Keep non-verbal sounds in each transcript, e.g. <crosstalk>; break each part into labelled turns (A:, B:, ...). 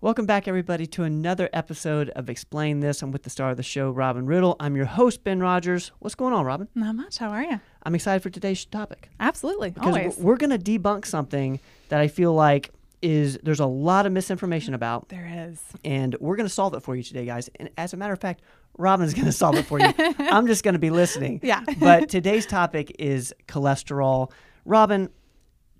A: Welcome back, everybody, to another episode of Explain This. I'm with the star of the show, Robin Riddle. I'm your host, Ben Rogers. What's going on, Robin?
B: Not much. How are you?
A: I'm excited for today's topic
B: Absolutely.
A: because
B: Always.
A: we're going to debunk something that I feel like is there's a lot of misinformation about,
B: there is.
A: and we're going to solve it for you today, guys. And as a matter of fact, Robin's going to solve it for
B: <laughs>
A: you. I'm just going to be listening.
B: Yeah.
A: but today's topic is cholesterol. Robin,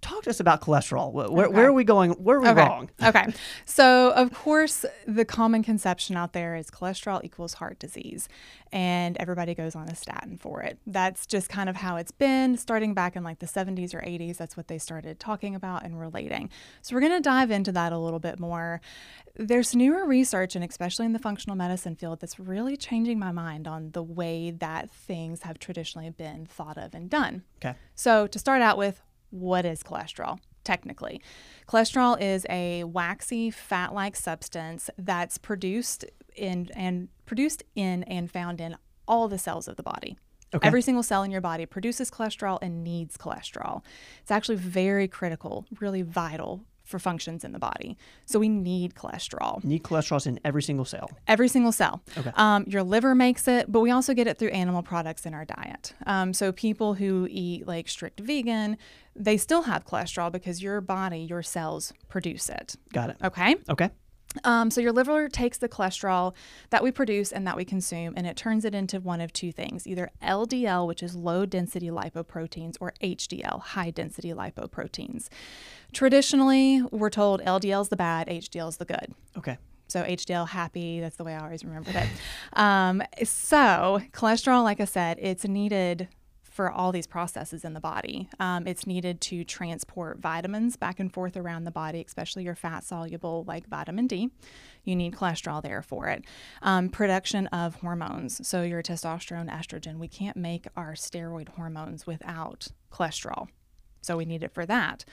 A: talk to us about cholesterol. Wh- Where,
B: Okay.
A: where are we going? Where are we
B: okay.
A: wrong?
B: <laughs> okay. So, of course, the common conception out there is cholesterol equals heart disease, and everybody goes on a statin for it. That's just kind of how it's been starting back in like the 70s or 80s. That's what they started talking about and relating. So, we're going to dive into that a little bit more. There's newer research, and especially in the functional medicine field, that's really changing my mind on the way that things have traditionally been thought of and done.
A: Okay.
B: So, to start out with, what is cholesterol? Technically, cholesterol is a waxy fat like substance that's produced in and produced in and found in all the cells of the body.
A: Okay.
B: Every single cell in your body produces cholesterol and needs cholesterol. It's actually very critical, really vital for functions in the body. So we need cholesterol
A: Need cholesterol's in every single cell.
B: every single cell. Um, your liver makes it, but we also get it through animal products in our diet. Um, so people who eat like strict vegan, they still have cholesterol because your body, your cells produce it.
A: Got it.
B: Okay.
A: Okay.
B: Um, so your liver takes the cholesterol that we produce and that we consume, and it turns it into one of two things: either LDL, which is low density lipoproteins, or HDL, high density lipoproteins. Traditionally, we're told LDL is the bad, HDL is the good.
A: Okay.
B: So HDL happy, that's the way I always remember it. Um, so cholesterol, like I said, it's needed for all these processes in the body. Um, it's needed to transport vitamins back and forth around the body, especially your fat soluble like vitamin D. You need cholesterol there for it. Um, production of hormones, so your testosterone, estrogen. We can't make our steroid hormones without cholesterol. So we need it for that.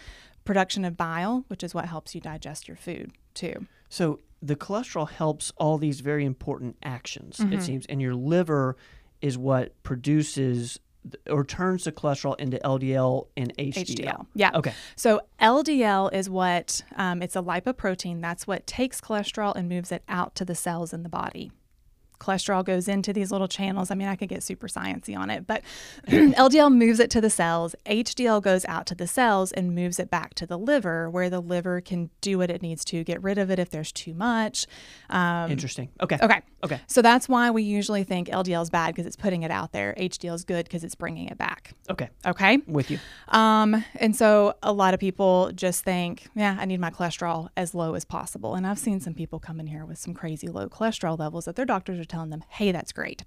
B: Production of bile, which is what helps you digest your food too.
A: So the cholesterol helps all these very important actions, it seems, and your liver is what produces th- or turns the cholesterol into LDL and HDL.
B: HDL. Yeah.
A: Okay.
B: So LDL is what um, it's a lipoprotein. That's what takes cholesterol and moves it out to the cells in the body. Cholesterol goes into these little channels. I mean, I could get super sciencey on it, but <clears throat> LDL moves it to the cells. HDL goes out to the cells and moves it back to the liver, where the liver can do what it needs to, get rid of it if there's too much. Um,
A: Interesting. Okay.
B: Okay.
A: Okay.
B: So that's why we usually think LDL is bad because it's putting it out there. HDL is good because it's bringing it back.
A: Okay.
B: Okay.
A: With you.
B: Um, and so a lot of people just think, yeah, I need my cholesterol as low as possible. And I've seen some people come in here with some crazy low cholesterol levels that their doctors are telling them, hey, that's great.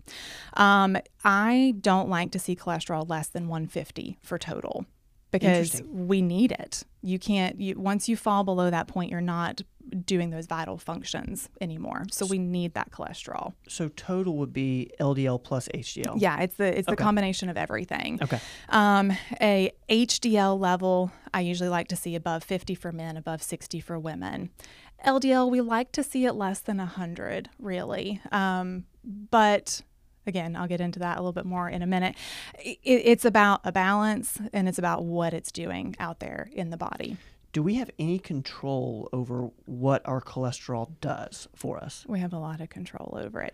B: Um, I don't like to see cholesterol less than 150 for total because we need it. You can't, you, once you fall below that point, you're not doing those vital functions anymore. So we need that cholesterol.
A: So total would be LDL plus HDL.
B: Yeah, it's the it's the combination of everything.
A: Okay.
B: Um, a HDL level, I usually like to see above 50 for men, above 60 for women. LDL, we like to see it less than 100, really. Um, but again, I'll get into that a little bit more in a minute. I it's about a balance and it's about what it's doing out there in the body.
A: Do we have any control over what our cholesterol does for
B: <laughs>
A: us?
B: We have a lot of control over it.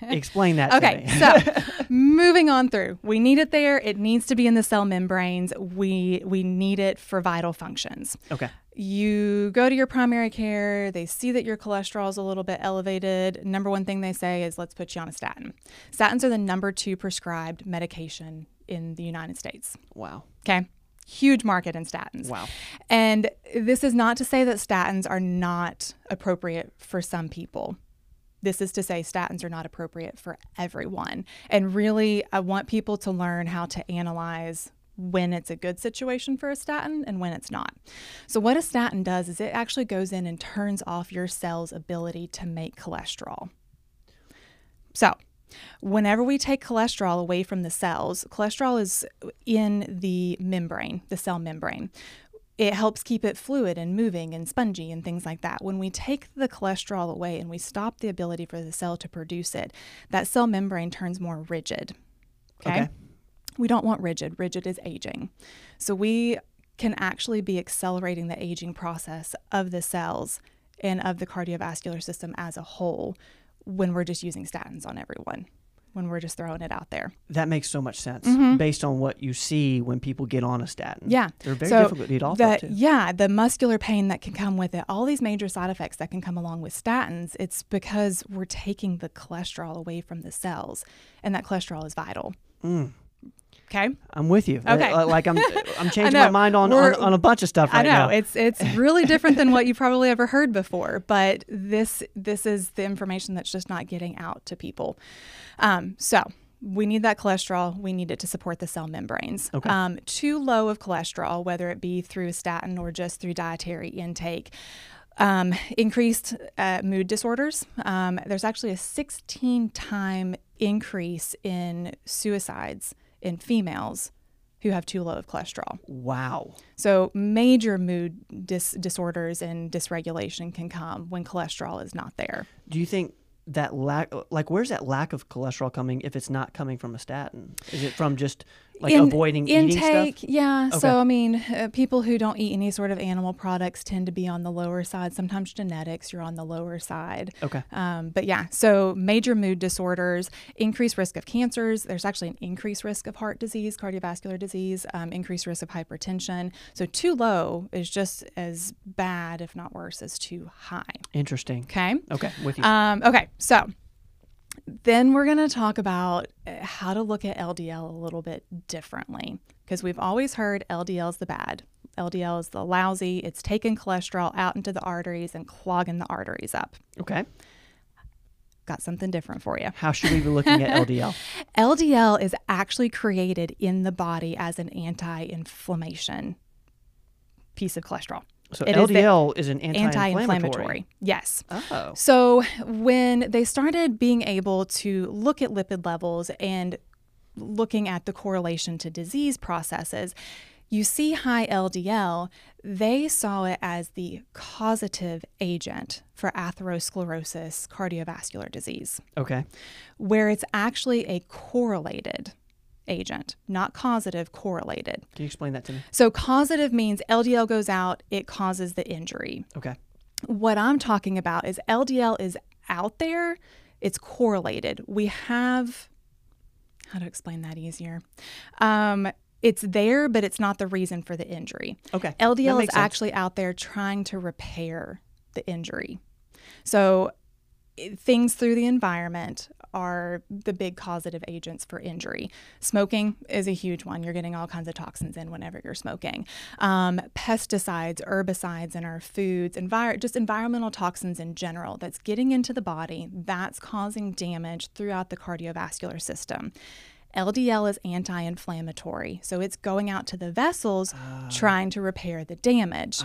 B: <laughs>
A: Explain that to
B: Okay,
A: me.
B: so moving on through, we need it there. It needs to be in the cell membranes. We we need it for vital functions.
A: Okay.
B: You go to your primary care. They see that your cholesterol is a little bit elevated. Number one thing they say is, "Let's put you on a statin." Statins are the number two prescribed medication in the United States.
A: Wow.
B: Okay. Huge market in statins.
A: Wow.
B: And this is not to say that statins are not appropriate for some people. This is to say statins are not appropriate for everyone. And really, I want people to learn how to analyze when it's a good situation for a statin and when it's not. So, what a statin does is it actually goes in and turns off your cell's ability to make cholesterol. So, whenever we take cholesterol away from the cells, cholesterol is in the membrane, the cell membrane. It helps keep it fluid and moving and spongy and things like that. When we take the cholesterol away and we stop the ability for the cell to produce it, that cell membrane turns more rigid.
A: Okay.
B: We don't want rigid. Rigid is aging. So we can actually be accelerating the aging process of the cells and of the cardiovascular system as a whole when we're just using statins on everyone, when we're just throwing it out there.
A: That makes so much sense based on what you see when people get on a statin.
B: Yeah.
A: They're very
B: So
A: difficult to get off
B: the,
A: of, too.
B: Yeah, the muscular pain that can come with it, all these major side effects that can come along with statins, it's because we're taking the cholesterol away from the cells, and that cholesterol is vital.
A: Mm.
B: Okay.
A: I'm with you.
B: Okay.
A: Like,
B: <laughs>
A: like I'm, I'm changing
B: know.
A: my mind on, on,
B: We're-
A: on a bunch of stuff right
B: I know
A: now.
B: it's it's really different than what you've probably ever heard before, but this this is the information that's just not getting out to people. Um, so we need that cholesterol. We need it to support the cell membranes.
A: Okay.
B: Um, too low of cholesterol, whether it be through a statin or just through dietary intake. Um, increased uh, mood disorders. Um, there's actually a 16 time increase in suicides in females who have too low of cholesterol.
A: wow.
B: So major mood dis- disorders and dysregulation can come when cholesterol is not there.
A: Do you think that lack, like, where's that lack of cholesterol coming if it's not coming from a statin? Is it from just like
B: In-
A: avoiding eating
B: intake,
A: stuff?
B: yeah.
A: Okay.
B: So I mean, uh, people who don't eat any sort of animal products tend to be on the lower side. Sometimes genetics, you're on the lower side.
A: Okay.
B: Um, but yeah, so major mood disorders, increased risk of cancers. There's actually an increased risk of heart disease, cardiovascular disease, um, increased risk of hypertension. So too low is just as bad, if not worse, as too high.
A: Interesting.
B: Okay.
A: Okay. With you.
B: Um, okay, so then we're going to talk about uh, how to look at LDL a little bit differently because we've always heard LDL is the bad. LDL is the lousy. It's taking cholesterol out into the arteries and clogging the arteries up.
A: okay.
B: Got something different for you.
A: How should we be looking at
B: <laughs>
A: LDL?
B: LDL is actually created in the body as an anti inflammation piece of cholesterol.
A: So
B: It is the
A: LDL is, an
B: Anti
A: anti-inflammatory.
B: inflammatory. Yes.
A: Oh.
B: So when they started being able to look at lipid levels and looking at the correlation to disease processes, you see high LDL, they saw it as the causative agent for atherosclerosis, cardiovascular disease,
A: Okay.
B: where it's actually a correlated agent, not causative, correlated.
A: Can you explain that to me?
B: So causative means LDL goes out, it causes the injury
A: Okay.
B: what I'm talking about is LDL is out there, it's correlated. We have, how to explain that easier? Um, it's there, but it's not the reason for the injury.
A: Okay. That
B: LDL is
A: makes sense.
B: actually out there trying to repair the injury. So it- things through the environment are the big causative agents for injury. Smoking is a huge one. You're getting all kinds of toxins in whenever you're smoking. Um, pesticides, herbicides in our foods, envir- just environmental toxins in general that's getting into the body, that's causing damage throughout the cardiovascular system. LDL is anti inflammatory, so it's going out to the vessels trying to repair the damage.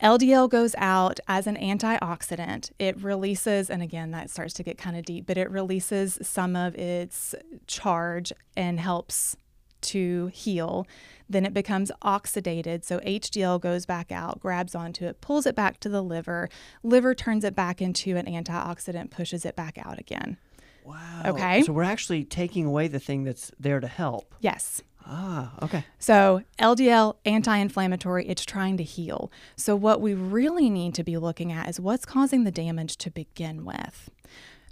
B: LDL goes out as an antioxidant. It releases, and again, that starts to get kind of deep, but it releases some of its charge and helps to heal. Then it becomes oxidated. So HDL goes back out, grabs onto it, pulls it back to the liver. Liver turns it back into an antioxidant, pushes it back out again.
A: Wow.
B: Okay.
A: So we're actually taking away the thing that's there to help.
B: Yes.
A: Ah. Okay.
B: So, LDL, anti inflammatory, it's trying to heal. So, what we really need to be looking at is what's causing the damage to begin with.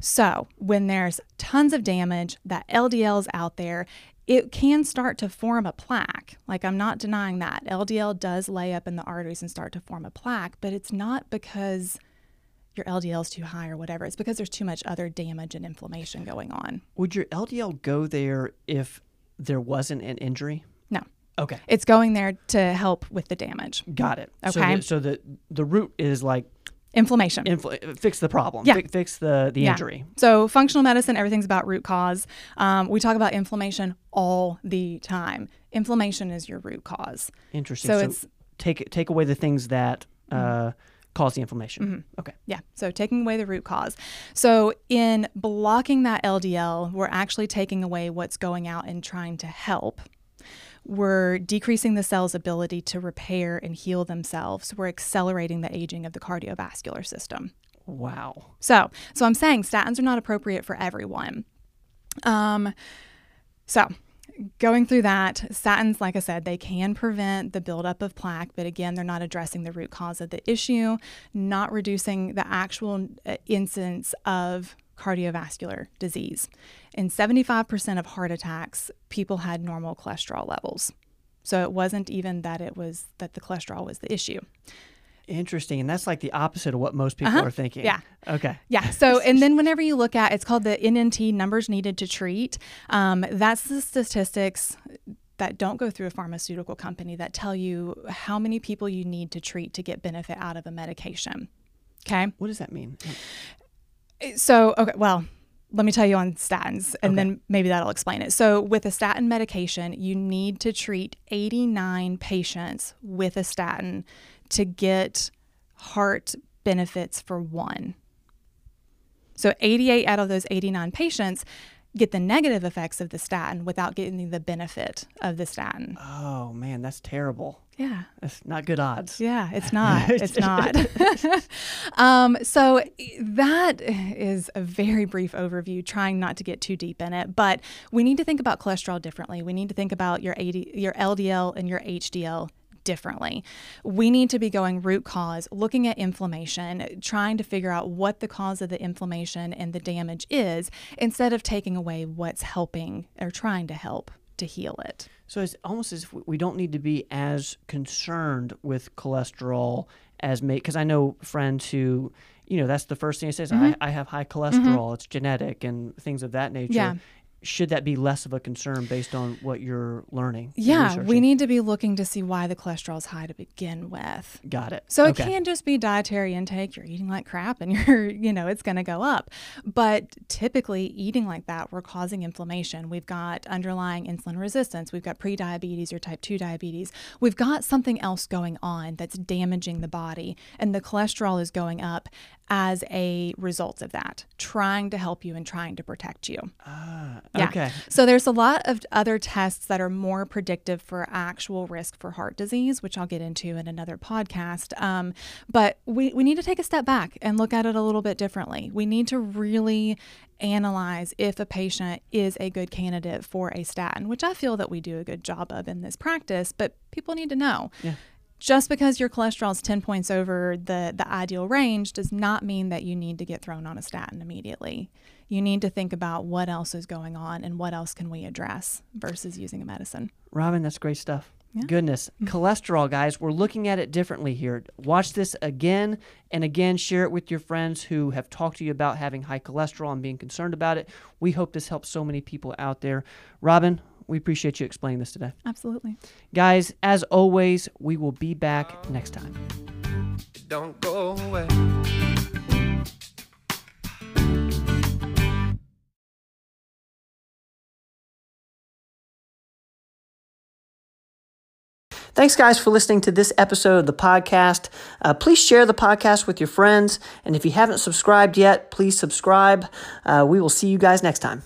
B: So, when there's tons of damage, that LDL's out there, it can start to form a plaque. Like, I'm not denying that. LDL does lay up in the arteries and start to form a plaque, but it's not because your LDL's too high or whatever. It's because there's too much other damage and inflammation going on.
A: Would your LDL go there if there wasn't an injury?
B: No,
A: Okay.
B: it's going there to help with the damage.
A: Got it.
B: Okay.
A: So the, so the the root is like
B: Inflammation.
A: infl- fix the problem.
B: Yeah.
A: Fi- fix the the
B: Yeah.
A: injury.
B: So, functional medicine, everything's about root cause. Um, we talk about inflammation all the time. Inflammation is your root cause.
A: Interesting.
B: So it's- Mm-hmm.
A: take take away the things that uh, cause the inflammation. Okay.
B: Yeah. So, taking away the root cause. So, in blocking that LDL, we're actually taking away what's going out and trying to help. We're decreasing the cell's ability to repair and heal themselves. We're accelerating the aging of the cardiovascular system.
A: Wow.
B: So, so I'm saying statins are not appropriate for everyone. Um, so going through that, statins, like I said, they can prevent the buildup of plaque, but again, they're not addressing the root cause of the issue, not reducing the actual uh, incidence of cardiovascular disease. In 75% of heart attacks, people had normal cholesterol levels. So it wasn't even that it was that the cholesterol was the issue.
A: Interesting. And that's like the opposite of what most people are thinking.
B: Uh-huh. Yeah.
A: Okay.
B: Yeah. So, and then whenever you look at, it's called the NNT numbers needed to treat. Um, that's the statistics that don't go through a pharmaceutical company that tell you how many people you need to treat to get benefit out of a medication. Okay.
A: What does that mean?
B: So, okay, well, let me tell you on statins and then maybe that'll explain it. So, with a statin medication, you need to treat 89 patients with a statin to get heart benefits for one. So, 88 out of those 89 patients get the negative effects of the statin without getting the benefit of the statin.
A: Oh, man, that's terrible.
B: Yeah.
A: That's not good odds.
B: Yeah,
A: <laughs>
B: it's not. It's not. <laughs> um, so that is a very brief overview, trying not to get too deep in it. But we need to think about cholesterol differently. We need to think about your AD, your LDL and your HDL differently. We need to be going root cause, looking at inflammation, trying to figure out what the cause of the inflammation and the damage is, instead of taking away what's helping or trying to help to heal it.
A: So it's almost as if we- we don't need to be as concerned with cholesterol as may because I know friends who, you know, that's the first thing it says.
B: Mm-hmm.
A: I, I have high cholesterol. It's genetic and things of that nature.
B: Yeah.
A: Should that be less of a concern based on what you're learning? and
B: Yeah, we
A: researching?
B: need to be looking to see why the cholesterol is high to begin with.
A: Got it.
B: So
A: Okay.
B: it can just be dietary intake. You're eating like crap and <laughs> you're, you know, it's going to go up. But typically, eating like that, we're causing inflammation. We've got underlying insulin resistance. We've got prediabetes or type 2 diabetes. We've got something else going on that's damaging the body. And the cholesterol is going up as a result of that, trying to help you and trying to protect you. Yeah.
A: Okay.
B: So there's a lot of other tests that are more predictive for actual risk for heart disease, which I'll get into in another podcast. Um, but we, we need to take a step back and look at it a little bit differently. We need to really analyze if a patient is a good candidate for a statin, which I feel that we do a good job of in this practice, but people need to know. Just because your cholesterol is 10 points over the, the ideal range does not mean that you need to get thrown on a statin immediately. You need to think about what else is going on and what else can we address versus using a medicine.
A: Robin, that's great stuff. Goodness. Cholesterol, guys, we're looking at it differently here. Watch this again and again. Share it with your friends who have talked to you about having high cholesterol and being concerned about it. We hope this helps so many people out there. Robin, we appreciate you explaining this today.
B: Absolutely.
A: Guys, as always, we will be back next time.
C: don't go away.
A: Thanks, guys, for listening to this episode of the podcast. Uh, please share the podcast with your friends. And if you haven't subscribed yet, please subscribe. Uh, we will see you guys next time.